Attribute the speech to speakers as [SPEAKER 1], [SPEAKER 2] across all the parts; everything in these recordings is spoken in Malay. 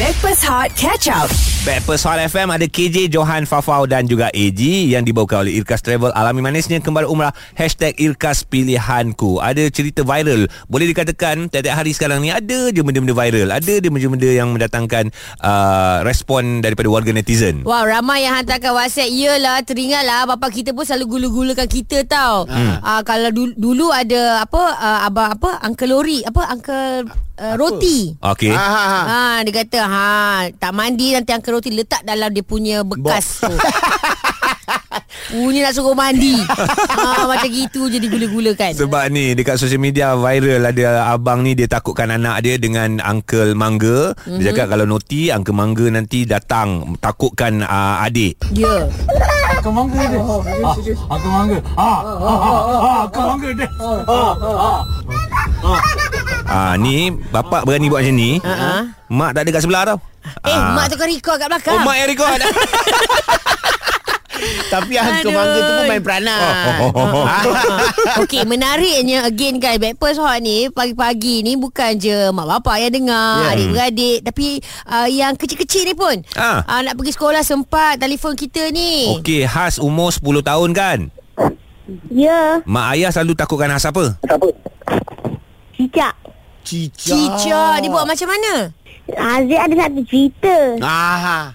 [SPEAKER 1] Backpass Hot Catch Up.
[SPEAKER 2] Backpast Hot FM ada KJ, Johan, Fafau dan juga AG yang dibawakan oleh Irkas Travel. Alami manisnya kembali umrah. Hashtag Irkas Pilihanku. Ada cerita viral. Boleh dikatakan tiap-tiap hari sekarang ni ada je benda-benda viral. Ada je benda-benda yang mendatangkan uh, respon daripada warga netizen.
[SPEAKER 3] Wow, ramai yang hantarkan WhatsApp. Yelah, teringatlah bapak kita pun selalu gula-gulakan kita tau. Hmm. Uh, kalau dulu, dulu ada apa uh, abang apa Uncle Lori, apa Uncle uh, Roti.
[SPEAKER 2] Okey.
[SPEAKER 4] Ha, ha, ha.
[SPEAKER 3] Ha, dia kata ha tak mandi nanti Uncle Roti letak dalam dia punya bekas tu. Punya nak suruh mandi. ha, macam gitu je digula-gulakan.
[SPEAKER 2] Sebab ni dekat social media viral ada abang ni dia takutkan anak dia dengan uncle mangga. Mm-hmm. Dia cakap kalau noti uncle mangga nanti datang takutkan uh, adik.
[SPEAKER 3] Ya. Yeah.
[SPEAKER 5] Akang mangga dia. Ah, akang mangga. Ah, ah, ah, ah, akang mangga dia. Ah, ah.
[SPEAKER 2] Ah ni bapak berani buat macam ni.
[SPEAKER 3] Ha-ha.
[SPEAKER 2] Mak tak ada kat sebelah tau.
[SPEAKER 3] Uh-huh. Eh,
[SPEAKER 2] Ah.
[SPEAKER 3] mak tukar record kat belakang.
[SPEAKER 2] Oh mak yang record.
[SPEAKER 4] Tapi hang
[SPEAKER 3] Aduh.
[SPEAKER 4] kemangga Kan tu pun main peranan.
[SPEAKER 2] Oh, oh, oh, oh.
[SPEAKER 3] Okey, menariknya again kan Breakfast Hot ni pagi-pagi ni bukan je mak bapak yang
[SPEAKER 4] Ya.
[SPEAKER 3] dengar, yeah. adik-beradik tapi uh, yang kecil-kecil ni pun
[SPEAKER 2] Ah.
[SPEAKER 3] ah. Uh, nak pergi sekolah sempat telefon kita ni.
[SPEAKER 4] Oh,
[SPEAKER 2] Okey, Has umur 10 tahun kan?
[SPEAKER 6] Ya,
[SPEAKER 2] Mak ayah selalu takutkan Has apa?
[SPEAKER 6] cicak.
[SPEAKER 4] Cicak.
[SPEAKER 3] Cicak
[SPEAKER 4] ya.
[SPEAKER 3] dia buat macam mana?
[SPEAKER 6] Aziz ada satu cerita.
[SPEAKER 4] Ah.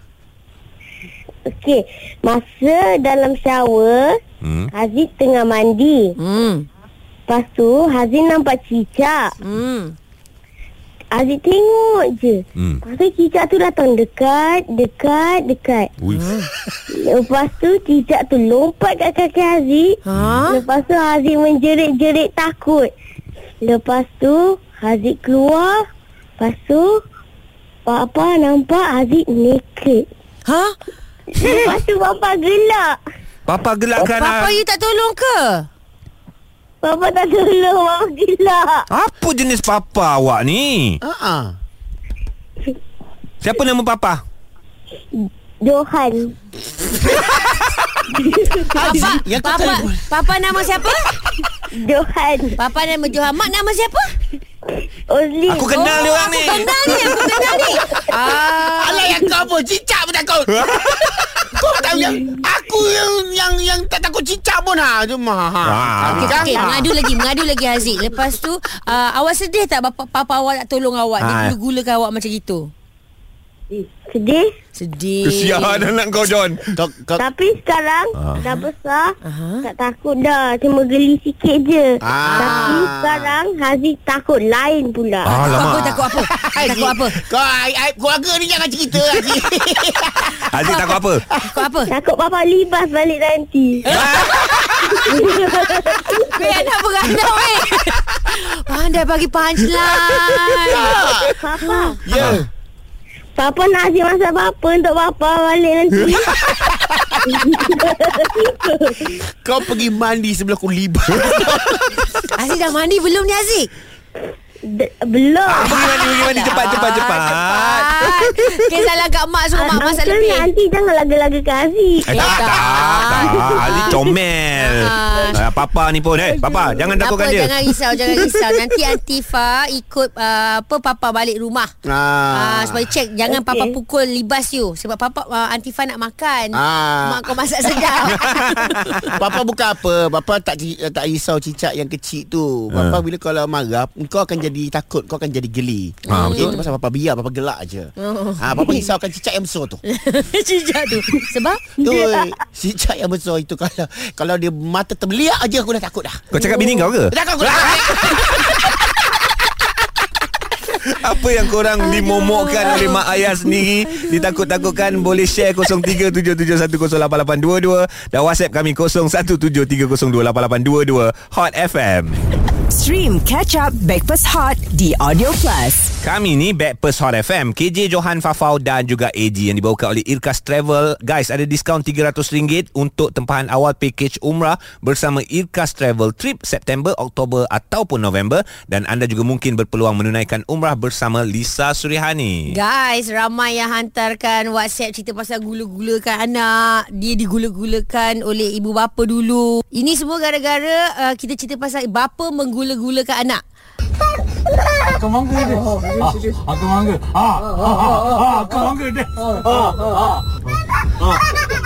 [SPEAKER 6] Okey, masa dalam shower,
[SPEAKER 2] Hmm.
[SPEAKER 6] Aziz tengah mandi.
[SPEAKER 3] Hmm.
[SPEAKER 6] Lepas tu, Aziz nampak cicak.
[SPEAKER 3] Hmm.
[SPEAKER 6] Aziz tengok je.
[SPEAKER 2] Hmm.
[SPEAKER 6] Lepas tu, cicak tu datang dekat, dekat, dekat.
[SPEAKER 2] Ui.
[SPEAKER 3] Hmm.
[SPEAKER 6] Lepas tu, cicak tu lompat kat kaki Aziz.
[SPEAKER 3] Ha?
[SPEAKER 6] Lepas tu, Aziz menjerit-jerit takut. Lepas tu, Aziz keluar. Lepas tu, Papa nampak Aziz naked.
[SPEAKER 3] Ha?
[SPEAKER 6] Lepas tu Papa gelak.
[SPEAKER 2] Papa gelak kerana
[SPEAKER 4] Kan,
[SPEAKER 3] Oh,
[SPEAKER 4] ah.
[SPEAKER 3] Papa ya- you tak tolong ke?
[SPEAKER 6] Papa tak tolong Mama gelak.
[SPEAKER 2] Apa jenis papa awak ni?
[SPEAKER 4] Ah. ah.
[SPEAKER 2] Siapa nama papa?
[SPEAKER 6] Johan.
[SPEAKER 3] Papa,
[SPEAKER 4] yang kau
[SPEAKER 3] papa,
[SPEAKER 4] telefon.
[SPEAKER 3] papa nama siapa?
[SPEAKER 6] Johan.
[SPEAKER 3] Papa nama Johan. Mak nama siapa?
[SPEAKER 6] Ozli.
[SPEAKER 2] Aku kenal dia orang ni.
[SPEAKER 3] Eh, oh,
[SPEAKER 4] Eh.
[SPEAKER 3] Aku kenal ni, aku kenal ni. Ah.
[SPEAKER 4] Alah yang kau pun cicak pun takut. kau tak yang aku yang yang yang tak takut cicak pun ha. Cuma ha. ha.
[SPEAKER 2] Ah.
[SPEAKER 3] Okey,
[SPEAKER 4] Jangan.
[SPEAKER 3] okay, mengadu lagi, mengadu lagi Haziq. Lepas tu, uh, awak sedih tak bapa, papa awak tak tolong awak? Dia
[SPEAKER 2] Ah.
[SPEAKER 3] gula-gulakan awak macam gitu.
[SPEAKER 6] Sedih.
[SPEAKER 3] Sedih.
[SPEAKER 2] Kesian anak kau John.
[SPEAKER 4] Kau, kau,
[SPEAKER 6] Tapi sekarang
[SPEAKER 2] Ah.
[SPEAKER 6] dah besar,
[SPEAKER 3] Aha.
[SPEAKER 6] tak takut dah. Cuma geli sikit je.
[SPEAKER 4] Ah.
[SPEAKER 6] Tapi sekarang Haziq takut lain
[SPEAKER 2] Ah.
[SPEAKER 6] pula.
[SPEAKER 3] Takut apa,
[SPEAKER 2] Alamak.
[SPEAKER 3] takut apa? takut apa?
[SPEAKER 4] Kau aib, aib keluarga ni jangan cerita lagi.
[SPEAKER 2] Aziz takut apa?
[SPEAKER 3] Takut apa?
[SPEAKER 6] Takut Papa libas balik nanti.
[SPEAKER 3] Weh, anak beranak, weh. Pandai bagi
[SPEAKER 2] Ya.
[SPEAKER 3] punchline.
[SPEAKER 6] Papa.
[SPEAKER 4] ya.
[SPEAKER 6] Papa nak asyik masak apa untuk Papa balik nanti.
[SPEAKER 4] Kau pergi mandi sebelum aku libat.
[SPEAKER 3] Aziz dah mandi belum ni, Aziz?
[SPEAKER 6] D- belum.
[SPEAKER 2] Pergi mandi, pergi mandi cepat cepat cepat.
[SPEAKER 3] Okay, salah kat mak suruh mak masak
[SPEAKER 6] Uncle,
[SPEAKER 3] lebih.
[SPEAKER 6] nanti jangan laga-laga ke Aziz.
[SPEAKER 2] Eh, tak, tak, tak. Aziz comel.
[SPEAKER 3] Ah.
[SPEAKER 2] Ah, Papa ni pun. Eh, Papa, jangan
[SPEAKER 3] Tak
[SPEAKER 2] takutkan
[SPEAKER 3] apa,
[SPEAKER 2] dia.
[SPEAKER 3] jangan risau, jangan risau. Nanti Antifa ikut uh, apa papa balik rumah.
[SPEAKER 4] Ha.
[SPEAKER 3] Ah, sebab dia check jangan okay.
[SPEAKER 6] Okey.
[SPEAKER 3] papa pukul libas you sebab papa uh, Antifa nak makan.
[SPEAKER 4] Ah.
[SPEAKER 3] Mak kau masak sedap.
[SPEAKER 4] Papa bukan apa Papa tak ci- eh, tak risau cicak yang kecil tu Papa bila kalau marah Kau akan jadi takut Kau akan jadi geli
[SPEAKER 2] Ah, betul.
[SPEAKER 4] Itu pasal Papa biar Papa gelak je
[SPEAKER 3] Oh.
[SPEAKER 4] ha, Papa risaukan cicak yang besar tu
[SPEAKER 3] Cicak tu. Sebab
[SPEAKER 4] Tu cicak yang besar itu Kalau kalau dia mata terbeliak aja Aku dah takut dah
[SPEAKER 2] Kau cakap bini kau ke?
[SPEAKER 4] Dah takut aku dah
[SPEAKER 2] Ah! Apa yang korang dimomokkan oleh mak ayah sendiri Ditakut-takutkan Boleh share 0377108822 Dan WhatsApp kami 0173028822 Hot FM
[SPEAKER 1] Stream Catch Up Backpass Hot di Audio Plus.
[SPEAKER 2] Kami ni Backpast Hot FM KJ Johan Fafau dan juga AG Yang dibawakan oleh Irkas Travel Guys ada diskaun RM300 Untuk tempahan awal package umrah Bersama Irkas Travel Trip September, Oktober ataupun November Dan anda juga mungkin berpeluang menunaikan umrah Bersama Lisa Surihani
[SPEAKER 3] guys ramai yang hantarkan WhatsApp cerita pasal gula-gulakan anak, dia digula-gulakan oleh ibu ah, bapa dulu. Ini semua gara-gara uh, kita cerita pasal bapa menggula-gulakan anak.
[SPEAKER 5] Akang mangga dia. Ah, akang mangga. Ah, ah, ah, ah, akang mangga dia. Ah, ah.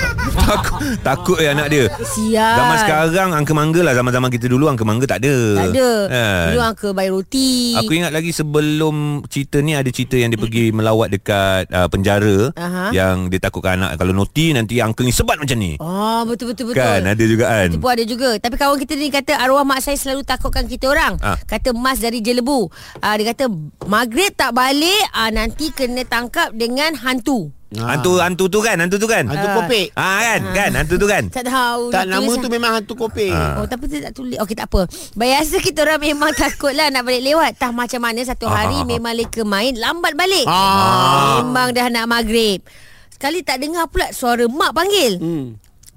[SPEAKER 2] Takut Takut eh anak dia
[SPEAKER 3] Sial
[SPEAKER 2] Zaman sekarang Angka mangga lah Zaman-zaman kita dulu Angka mangga tak ada
[SPEAKER 3] Ah. Tak ada
[SPEAKER 2] Kan?
[SPEAKER 3] Dulu angka bayar roti
[SPEAKER 2] Aku ingat lagi sebelum cerita ni ada cerita yang dia pergi melawat dekat uh, penjara
[SPEAKER 3] Aha.
[SPEAKER 2] yang dia takutkan anak kalau noti nanti uncle ni sebat macam ni.
[SPEAKER 3] Oh betul betul betul.
[SPEAKER 2] Kan ada juga kan.
[SPEAKER 3] Itu pun ada juga Tapi kawan kita ni kata Arwah mak saya selalu takutkan kita orang
[SPEAKER 2] Ah.
[SPEAKER 3] Kata Mas dari Jelebu ah, Dia kata Maghrib tak balik ah, Nanti kena tangkap dengan hantu
[SPEAKER 2] Hantu hantu tu kan, hantu tu kan.
[SPEAKER 4] Hantu kopek.
[SPEAKER 2] Ah kan, kan hantu tu kan.
[SPEAKER 3] Tak tahu
[SPEAKER 4] Tak
[SPEAKER 3] dia
[SPEAKER 4] nama
[SPEAKER 3] tulis- lah.
[SPEAKER 4] tu memang hantu kopek.
[SPEAKER 3] Oh
[SPEAKER 2] Ah.
[SPEAKER 3] tapi dia tak tulis Okey tak apa Biasa kita orang memang takut lah Nak balik lewat Tah macam mana Satu
[SPEAKER 2] Ah,
[SPEAKER 3] hari memang leka main Lambat balik
[SPEAKER 4] Ah.
[SPEAKER 3] Memang dah nak maghrib Sekali tak dengar pula Suara mak panggil
[SPEAKER 4] Hmm.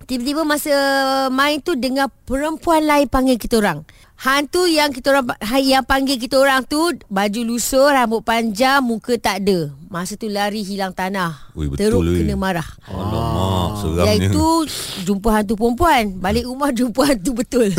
[SPEAKER 3] Tiba-tiba masa main tu dengar perempuan lain panggil kita orang. Hantu yang kita orang yang panggil kita orang tu baju lusuh, rambut panjang, muka tak ada. Masa tu lari hilang tanah.
[SPEAKER 2] Ui, betul,
[SPEAKER 3] Teruk
[SPEAKER 2] ui.
[SPEAKER 3] kena marah.
[SPEAKER 2] Oh, Alamak, seramnya.
[SPEAKER 3] Iaitu jumpa hantu perempuan. Balik rumah jumpa hantu betul.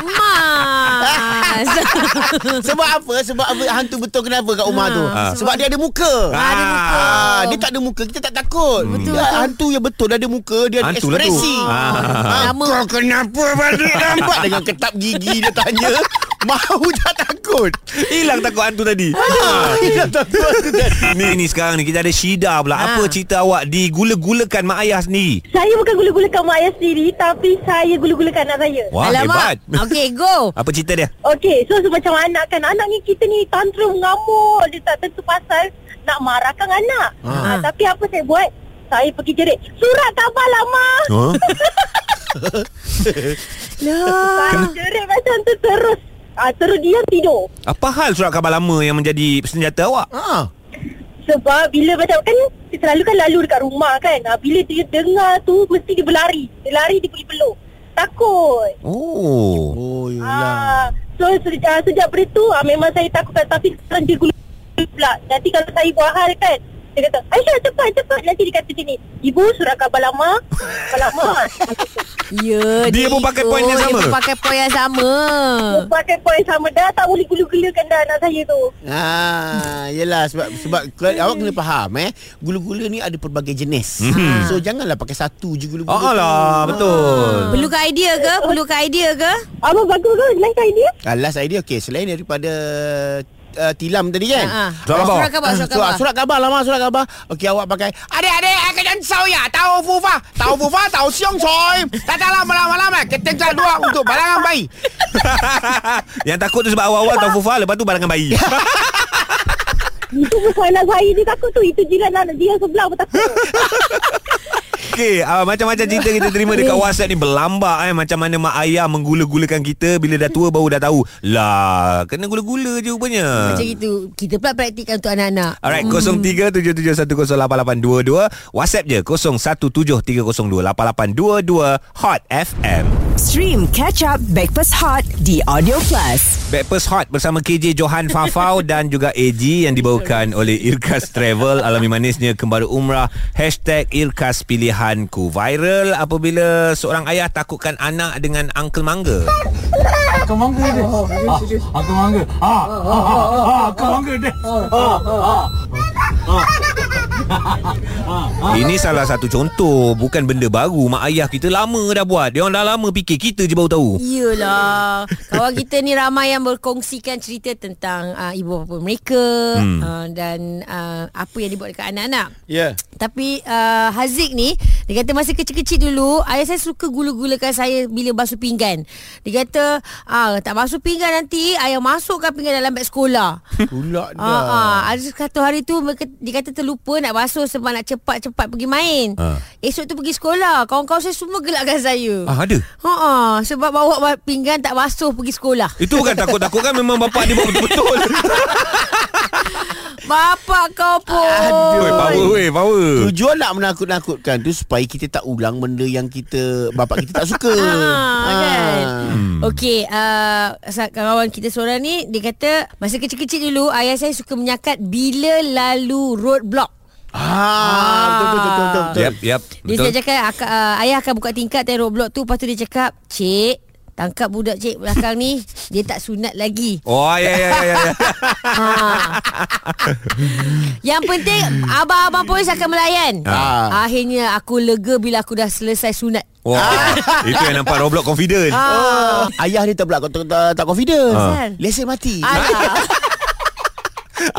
[SPEAKER 3] Mas.
[SPEAKER 4] Sebab apa? Sebab apa hantu betul kenapa kat rumah tu?
[SPEAKER 3] Ah,
[SPEAKER 4] Sebab dia ada muka.
[SPEAKER 2] Ah, ada muka.
[SPEAKER 4] Ah, dia tak ada muka, kita tak takut. Betul. Dia, hantu yang betul dia ada muka, dia ada
[SPEAKER 2] Hantu lah tu.
[SPEAKER 4] ekspresi.
[SPEAKER 2] Ah.
[SPEAKER 4] Ah.
[SPEAKER 3] Lama.
[SPEAKER 4] Kau kenapa balik lambat dengan ketap gigi dia tanya? Mau tak takut.
[SPEAKER 2] Hilang takut hantu tadi.
[SPEAKER 4] Ah, dia tak takut tu tadi.
[SPEAKER 2] ni ni sekarang ni kita ada Syida
[SPEAKER 3] Ah.
[SPEAKER 2] pula. Apa cerita awak digula-gulakan mak ayah sendiri?
[SPEAKER 6] Saya bukan gula-gulakan mak ayah sendiri Tapi saya gula-gulakan anak saya
[SPEAKER 2] Wah, hebat.
[SPEAKER 3] Okey, go.
[SPEAKER 2] Apa cerita dia?
[SPEAKER 6] Okey, so, so macam anak kan Anak ni kita ni tantrum ngamuk Dia tak tentu pasal Nak marahkan anak ha. Ha, Tapi apa saya buat Saya pergi jerit Surat khabar lama
[SPEAKER 2] Huh?
[SPEAKER 3] Lah.
[SPEAKER 6] Saya jerit macam tu terus ha, Terus dia tidur
[SPEAKER 2] Apa hal surat khabar lama yang menjadi senjata awak?
[SPEAKER 4] Ah.
[SPEAKER 6] Sebab bila macam kan dia Selalu kan lalu dekat rumah kan ha, Bila dia dengar tu Mesti dia berlari Dia lari dia pergi peluk Takut
[SPEAKER 2] Oh.
[SPEAKER 4] Oh, yolah.
[SPEAKER 6] Ah, so se- ah, sejak beri tu ah, memang saya takutkan tapi sekarang dia gula pula. Nanti kalau saya buat hal kan dia kata, Aisyah cepat cepat Nanti dia kata macam ni Ibu surat khabar lama Khabar lama
[SPEAKER 3] Ya,
[SPEAKER 2] Dia pun pakai point yang
[SPEAKER 3] ikut.
[SPEAKER 2] sama.
[SPEAKER 3] Dia pun pakai point yang sama.
[SPEAKER 6] Dia Pakai poin sama dah Tak boleh gula-gulakan dah anak saya tu
[SPEAKER 4] Ah, yelah sebab sebab kau- awak kena faham eh. Gula-gula ni ada pelbagai jenis. Mm-hmm. So janganlah pakai satu je gula-gula.
[SPEAKER 2] Ah
[SPEAKER 4] tu.
[SPEAKER 2] lah, Mhm. betul. Ha.
[SPEAKER 3] Perlukan idea ke? Perlukan idea ke?
[SPEAKER 6] Abang bagus ke eh. Lain kali dia
[SPEAKER 4] Ah, last idea okey selain daripada uh, tilam tadi kan.
[SPEAKER 3] Ha, ha.
[SPEAKER 2] Surat khabar.
[SPEAKER 3] Surat khabar, surat khabar.
[SPEAKER 4] Surat, surat khabar lama surat khabar. Okey awak pakai. Adik adik aku jangan sao ya. Tahu fufa, tahu fufa, tahu siong coy. Tata lama lama lama lah, kita jual dua untuk balangan bayi.
[SPEAKER 2] Yang takut tu sebab awal-awal tahu fufa lepas tu barangan bayi.
[SPEAKER 6] Itu bukan anak saya Dia takut tu Itu jiran anak dia sebelah pun takut
[SPEAKER 2] Okey, uh, macam-macam cerita kita terima dekat WhatsApp ni berlambak eh macam mana mak ayah menggula-gulakan kita bila dah tua baru dah tahu. Lah, kena gula-gula je rupanya.
[SPEAKER 3] Macam itu Kita pula praktikkan untuk anak-anak
[SPEAKER 2] Alright, hmm. 0377108822, WhatsApp je 0173028822 Hot FM.
[SPEAKER 1] Stream Catch Up Breakfast Hot di Audio Plus.
[SPEAKER 2] Breakfast Hot bersama KJ Johan Fafau dan juga AG yang dibawakan oleh Irkas Travel alami manisnya kembali umrah hashtag Irkas Pilihanku viral apabila seorang ayah takutkan anak dengan uncle mangga
[SPEAKER 5] Akang mangga dia. Ah, akang mangga. Ah, ah, ah, ah, akang mangga dia. Ah, ah. ah.
[SPEAKER 2] ini salah satu contoh bukan benda baru mak ayah kita lama dah buat dia orang dah lama fikir kita je baru tahu
[SPEAKER 3] Yelah Kawan kita ni ramai yang berkongsikan cerita tentang uh, Ibu bapa mereka hmm. uh, Dan uh, apa yang dibuat dekat anak-anak
[SPEAKER 4] Ya. Yeah.
[SPEAKER 3] Tapi uh, Haziq ni Dia kata masa kecil-kecil dulu Ayah saya suka gula-gulakan saya Bila basuh pinggan Dia kata ah, Tak basuh pinggan nanti Ayah masukkan pinggan dalam beg sekolah
[SPEAKER 4] Pulak
[SPEAKER 3] Ah, ah, ada satu hari tu mereka, dia kata terlupa nak basuh sebab nak cepat-cepat pergi main.
[SPEAKER 2] Ah.
[SPEAKER 3] Esok tu pergi sekolah, kawan-kawan saya semua gelakkan saya.
[SPEAKER 2] ah ada
[SPEAKER 3] Ha ah, sebab bawa ba- pinggan tak basuh pergi sekolah.
[SPEAKER 2] itu bukan takut-takut kan memang bapak dia buat betul-betul
[SPEAKER 3] Bapak kau pun.
[SPEAKER 2] Weh, power weh power
[SPEAKER 4] Tujuan nak menakut-nakutkan tu supaya kita tak ulang benda yang kita bapak kita tak suka.
[SPEAKER 3] Ah, kan?
[SPEAKER 4] Ah.
[SPEAKER 3] Okey, uh, kawan kita seorang ni dia kata masa kecil-kecil dulu ayah saya suka menyakat bila lalu roadblock.
[SPEAKER 4] Ah, betul betul betul betul. betul.
[SPEAKER 2] yep yep
[SPEAKER 3] Dia
[SPEAKER 2] betul
[SPEAKER 3] saya cakap ak- uh, Ayah akan buka tingkat Tengok Roblox tu Lepas tu dia cakap Cik Tangkap budak cik belakang ni Dia tak sunat lagi
[SPEAKER 2] Oh ya ya ya, ya ya.
[SPEAKER 3] ha. Yang penting Abang-abang polis akan melayan
[SPEAKER 4] Ah.
[SPEAKER 3] Akhirnya aku lega Bila aku dah selesai sunat
[SPEAKER 2] Wah, itu yang nampak Roblox confident. Ah.
[SPEAKER 4] Oh. Ayah dia tak pula tak, tak, tak confident.
[SPEAKER 3] Asal?
[SPEAKER 4] Lesen mati.
[SPEAKER 3] Alah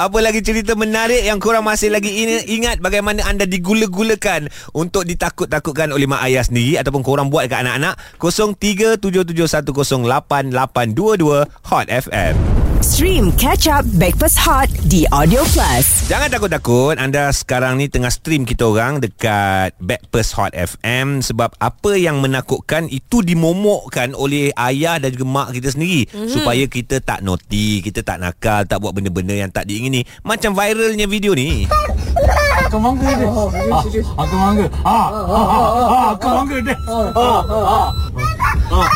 [SPEAKER 2] Apa lagi cerita menarik yang korang masih lagi ini ingat bagaimana anda digula-gulakan untuk ditakut-takutkan oleh mak ayah sendiri ataupun korang buat ke anak-anak 0377108822 Hot FM.
[SPEAKER 1] Stream Catch Up Breakfast Hot The Audio Plus.
[SPEAKER 2] Jangan takut-takut Anda sekarang ni tengah stream kita orang Dekat Backpast Hot FM Sebab apa yang menakutkan Itu dimomokkan oleh ayah dan juga mak kita sendiri mm-hmm. Supaya kita tak naughty Kita tak nakal Tak buat benda-benda yang tak diingini Macam viralnya video ni
[SPEAKER 5] Akan mangga dia. Ah, akan mangga. Ah, ah, ah, ah, akan mangga dia. Ah, ah.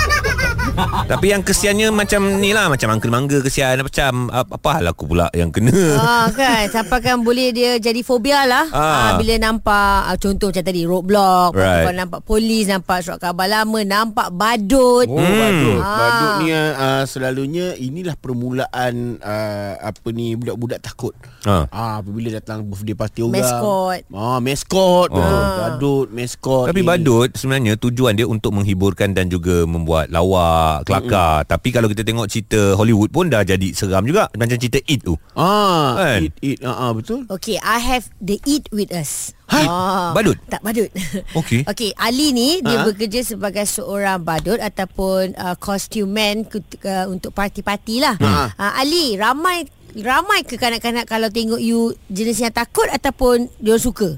[SPEAKER 2] Tapi yang kesiannya macam ni lah Macam angkel mangga kesian Macam ah, apa hal aku pula yang kena
[SPEAKER 3] Ah kan Sampai kan boleh dia jadi fobia lah ah.
[SPEAKER 2] Ah.
[SPEAKER 3] Bila nampak ah, Contoh macam tadi Roadblock
[SPEAKER 2] Right.
[SPEAKER 3] right. Nampak polis Nampak surat khabar lama Nampak badut
[SPEAKER 4] Oh, hmm. badut.
[SPEAKER 3] Ah.
[SPEAKER 4] Badut ni uh, selalunya inilah permulaan uh, apa ni budak-budak takut.
[SPEAKER 2] Ah.
[SPEAKER 4] Ah apabila datang birthday party orang.
[SPEAKER 3] Mascot.
[SPEAKER 4] Ah mascot. Oh.
[SPEAKER 2] Ah.
[SPEAKER 4] Badut, mascot.
[SPEAKER 2] Tapi
[SPEAKER 4] ni.
[SPEAKER 2] badut sebenarnya tujuan dia untuk menghiburkan dan juga membuat lawak, kelakar. Mm-hmm. Tapi kalau kita tengok cerita Hollywood pun dah jadi seram juga. Macam cerita It tu.
[SPEAKER 4] Ah
[SPEAKER 2] Kan?
[SPEAKER 4] it, it ah, ah betul.
[SPEAKER 3] Okay I have the eat with us
[SPEAKER 2] Ha?
[SPEAKER 3] Ah.
[SPEAKER 2] Badut?
[SPEAKER 3] Tak badut
[SPEAKER 2] Okey.
[SPEAKER 3] Okay Ali ni Dia
[SPEAKER 4] Ha?
[SPEAKER 3] bekerja sebagai seorang badut Ataupun uh, costume man kut- uh, Untuk parti-parti lah
[SPEAKER 4] Ha.
[SPEAKER 3] uh, Ali ramai Ramai ke kanak-kanak Kalau tengok you Jenis yang takut Ataupun dia suka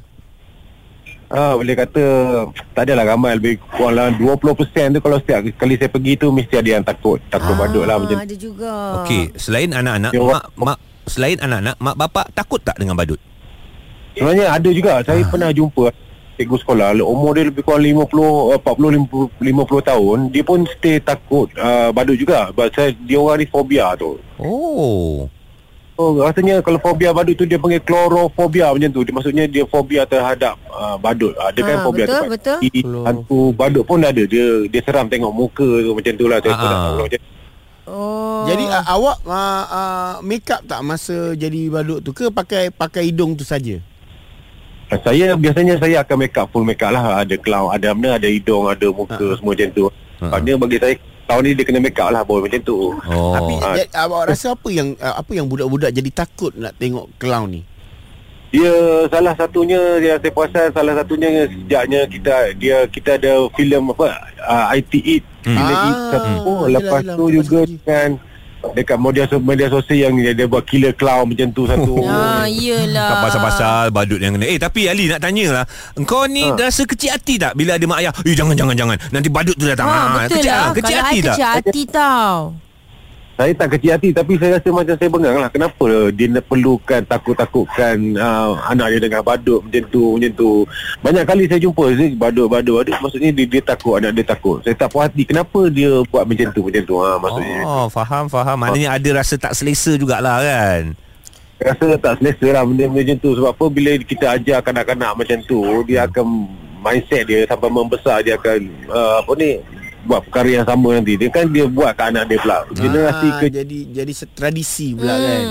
[SPEAKER 7] Ah, boleh kata tak adalah ramai lebih kurang lah 20% tu kalau setiap kali saya pergi tu mesti ada yang takut takut ah, badut lah macam
[SPEAKER 3] Ada juga
[SPEAKER 2] Okey, selain anak-anak,
[SPEAKER 7] Ya,
[SPEAKER 2] mak, mak selain anak-anak, mak bapak takut tak dengan badut?
[SPEAKER 7] sebenarnya ada juga saya
[SPEAKER 3] Ah.
[SPEAKER 7] pernah jumpa cikgu sekolah le- umur dia lebih kurang 50 eh, 40 50, 50 tahun dia pun stay takut uh, badut juga sebab saya dia orang ni fobia tu
[SPEAKER 2] Oh.
[SPEAKER 7] Oh, rasanya kalau fobia badut tu dia panggil klorofobia macam tu. Dia maksudnya dia fobia terhadap uh, badut. Uh, dia
[SPEAKER 3] Ah,
[SPEAKER 7] kan fobia
[SPEAKER 3] betul,
[SPEAKER 7] terhadap
[SPEAKER 3] betul.
[SPEAKER 7] hati, hantu badut pun ada. Dia dia seram tengok muka tu macam tu lah.
[SPEAKER 2] Ah, ah.
[SPEAKER 7] Uh-huh. Macam
[SPEAKER 3] Oh.
[SPEAKER 4] Jadi uh, awak uh, uh, make up tak masa jadi badut tu ke pakai pakai hidung tu saja?
[SPEAKER 7] Saya biasanya saya akan make up full make up lah. Ada clown, ada mana, ada hidung, ada muka
[SPEAKER 4] Ha.
[SPEAKER 7] uh-huh. semua macam tu.
[SPEAKER 2] Ha.
[SPEAKER 7] Uh-huh. Dia bagi saya tahun ni dia kena make up lah boy macam tu.
[SPEAKER 2] Oh.
[SPEAKER 4] Tapi
[SPEAKER 2] Tapi,
[SPEAKER 7] ah.
[SPEAKER 4] ja- awak rasa apa yang uh, apa yang budak-budak jadi takut nak tengok clown ni?
[SPEAKER 7] Dia salah satunya dia saya puasan salah satunya sejaknya kita dia kita ada filem apa uh, IT It
[SPEAKER 2] Hmm.
[SPEAKER 7] hmm.
[SPEAKER 4] Ah,
[SPEAKER 7] It satu
[SPEAKER 4] yelah,
[SPEAKER 7] lepas
[SPEAKER 4] yelah,
[SPEAKER 7] tu
[SPEAKER 4] lepas
[SPEAKER 7] juga
[SPEAKER 4] lagi.
[SPEAKER 7] dengan dekat media so- media sosial yang dia, dia buat killer clown macam tu satu.
[SPEAKER 3] Ah, yelah.
[SPEAKER 2] tak pasal-pasal badut yang kena. Eh, tapi Ali nak tanyalah. Engkau ni ha. rasa kecil hati tak bila ada mak ayah? Eh, jangan, jangan, jangan. Nanti badut tu datang.
[SPEAKER 3] Ha, betul
[SPEAKER 2] kecil,
[SPEAKER 3] lah.
[SPEAKER 2] ah, Kecil
[SPEAKER 3] Kalau
[SPEAKER 2] hati
[SPEAKER 3] I
[SPEAKER 2] tak?
[SPEAKER 3] Kecil hati tau.
[SPEAKER 7] Saya tak kecil hati tapi saya rasa macam saya bengang lah. Kenapa dia nak perlukan takut-takutkan uh, anak dia dengan badut macam tu, macam tu. Banyak kali saya jumpa saya badut, badut, badut. Maksudnya dia, dia takut, anak dia takut. Saya tak puas hati. Kenapa dia buat macam tu, macam tu. Ha, maksudnya.
[SPEAKER 2] Oh, faham, faham. Maknanya ada rasa tak selesa jugalah kan?
[SPEAKER 7] rasa tak selesa lah benda macam tu sebab apa bila kita ajar kanak-kanak macam tu dia akan mindset dia sampai membesar dia akan uh, apa ni buat perkara yang sama nanti dia kan dia buat ke anak dia pula generasi
[SPEAKER 4] Ah,
[SPEAKER 7] ke
[SPEAKER 4] jadi jadi se- tradisi pula hmm. kan.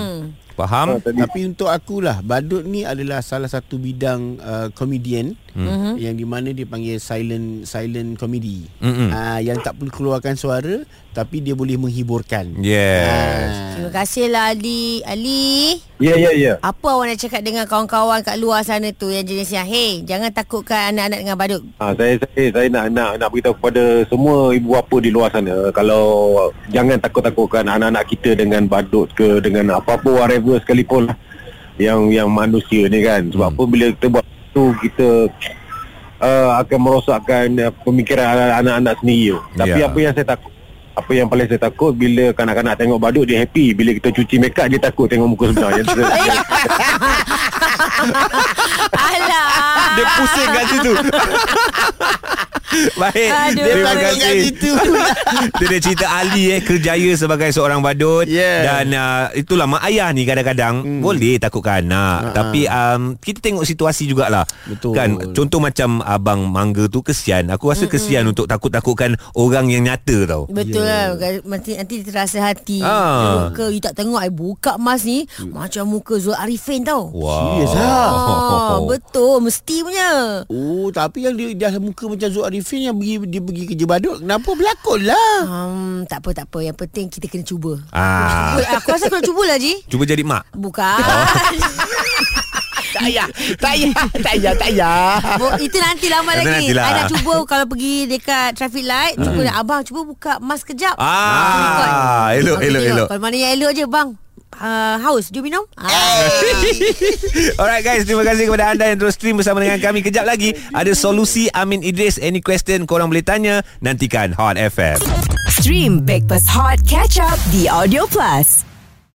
[SPEAKER 2] Faham?
[SPEAKER 7] tadi
[SPEAKER 4] Tapi untuk akulah badut ni adalah salah satu bidang uh, komedian hmm. yang di mana dia panggil silent silent comedy.
[SPEAKER 2] Mm-mm.
[SPEAKER 4] Ah, yang tak perlu keluarkan suara tapi dia boleh menghiburkan.
[SPEAKER 2] Yes.
[SPEAKER 4] Ah.
[SPEAKER 3] Terima kasihlah Ali. Ali,
[SPEAKER 7] ya ya ya
[SPEAKER 3] apa awak nak cakap dengan kawan-kawan kat luar sana tu yang jenis yang, hey, jangan takutkan anak-anak dengan badut.
[SPEAKER 7] Ha, saya saya saya nak nak nak beritahu kepada semua ibu bapa di luar sana kalau jangan takut-takutkan anak-anak kita dengan badut ke dengan apa-apa whatever sekalipun lah yang yang manusia ni kan sebab hmm. apa bila kita buat tu kita uh, akan merosakkan uh, pemikiran anak- anak-anak sendiri tu. Tapi
[SPEAKER 2] Ya.
[SPEAKER 7] apa yang saya takut apa yang paling saya takut bila kanak-kanak tengok badut dia happy bila kita cuci make up dia takut tengok muka sebelah. Yang tu-
[SPEAKER 3] Alah.
[SPEAKER 2] Dia pusing kat situ Baik
[SPEAKER 3] Aduh.
[SPEAKER 2] Terima
[SPEAKER 4] Dia
[SPEAKER 2] kasih
[SPEAKER 4] kat situ.
[SPEAKER 2] Itu dia cerita Ali eh Kerjaya sebagai seorang badut
[SPEAKER 4] Yeah.
[SPEAKER 2] Dan uh, itulah Mak ayah ni kadang-kadang hmm. Boleh takutkan anak uh-huh. Tapi um, Kita tengok situasi jugalah
[SPEAKER 4] Betul.
[SPEAKER 2] Kan Contoh macam Abang Mangga tu kesian Aku rasa kesian mm Untuk takut-takutkan Orang yang nyata tau
[SPEAKER 3] Betul yeah. lah Nanti, nanti dia terasa hati
[SPEAKER 2] Ah.
[SPEAKER 3] ah. Muka You tak tengok I buka mas ni Macam muka Zul Arifin tau
[SPEAKER 2] Wow
[SPEAKER 4] Serius lah.
[SPEAKER 3] ah, Betul Mesti punya
[SPEAKER 4] Oh tapi yang dia dah muka macam Zul Arifin Yang pergi, dia pergi kerja badut Kenapa berlakon lah
[SPEAKER 3] um, Tak apa tak apa Yang penting kita kena cuba
[SPEAKER 2] ah.
[SPEAKER 3] Aku- Aku rasa kena cubalah Ji
[SPEAKER 2] Cuba jadi mak
[SPEAKER 3] Bukan
[SPEAKER 4] Tak payah Tak payah Tak payah Tak payah
[SPEAKER 3] Bu- Itu nanti lama
[SPEAKER 2] Nanti-
[SPEAKER 3] lagi
[SPEAKER 2] nantilah.
[SPEAKER 3] I nak cuba Kalau pergi dekat traffic light Cuba nak abang Cuba buka mask kejap Aku record.
[SPEAKER 2] Ah, elok,
[SPEAKER 3] Aku
[SPEAKER 2] elok,
[SPEAKER 3] tengok.
[SPEAKER 2] elok.
[SPEAKER 3] Kalau mana yang elok je bang uh, Haus Jom minum ah.
[SPEAKER 2] Alright guys Terima kasih kepada anda Yang terus stream bersama dengan kami Kejap lagi Ada solusi Amin Idris Any question Korang boleh tanya Nantikan Hot FM
[SPEAKER 1] Stream Breakfast Hot Catch Up The Audio Plus.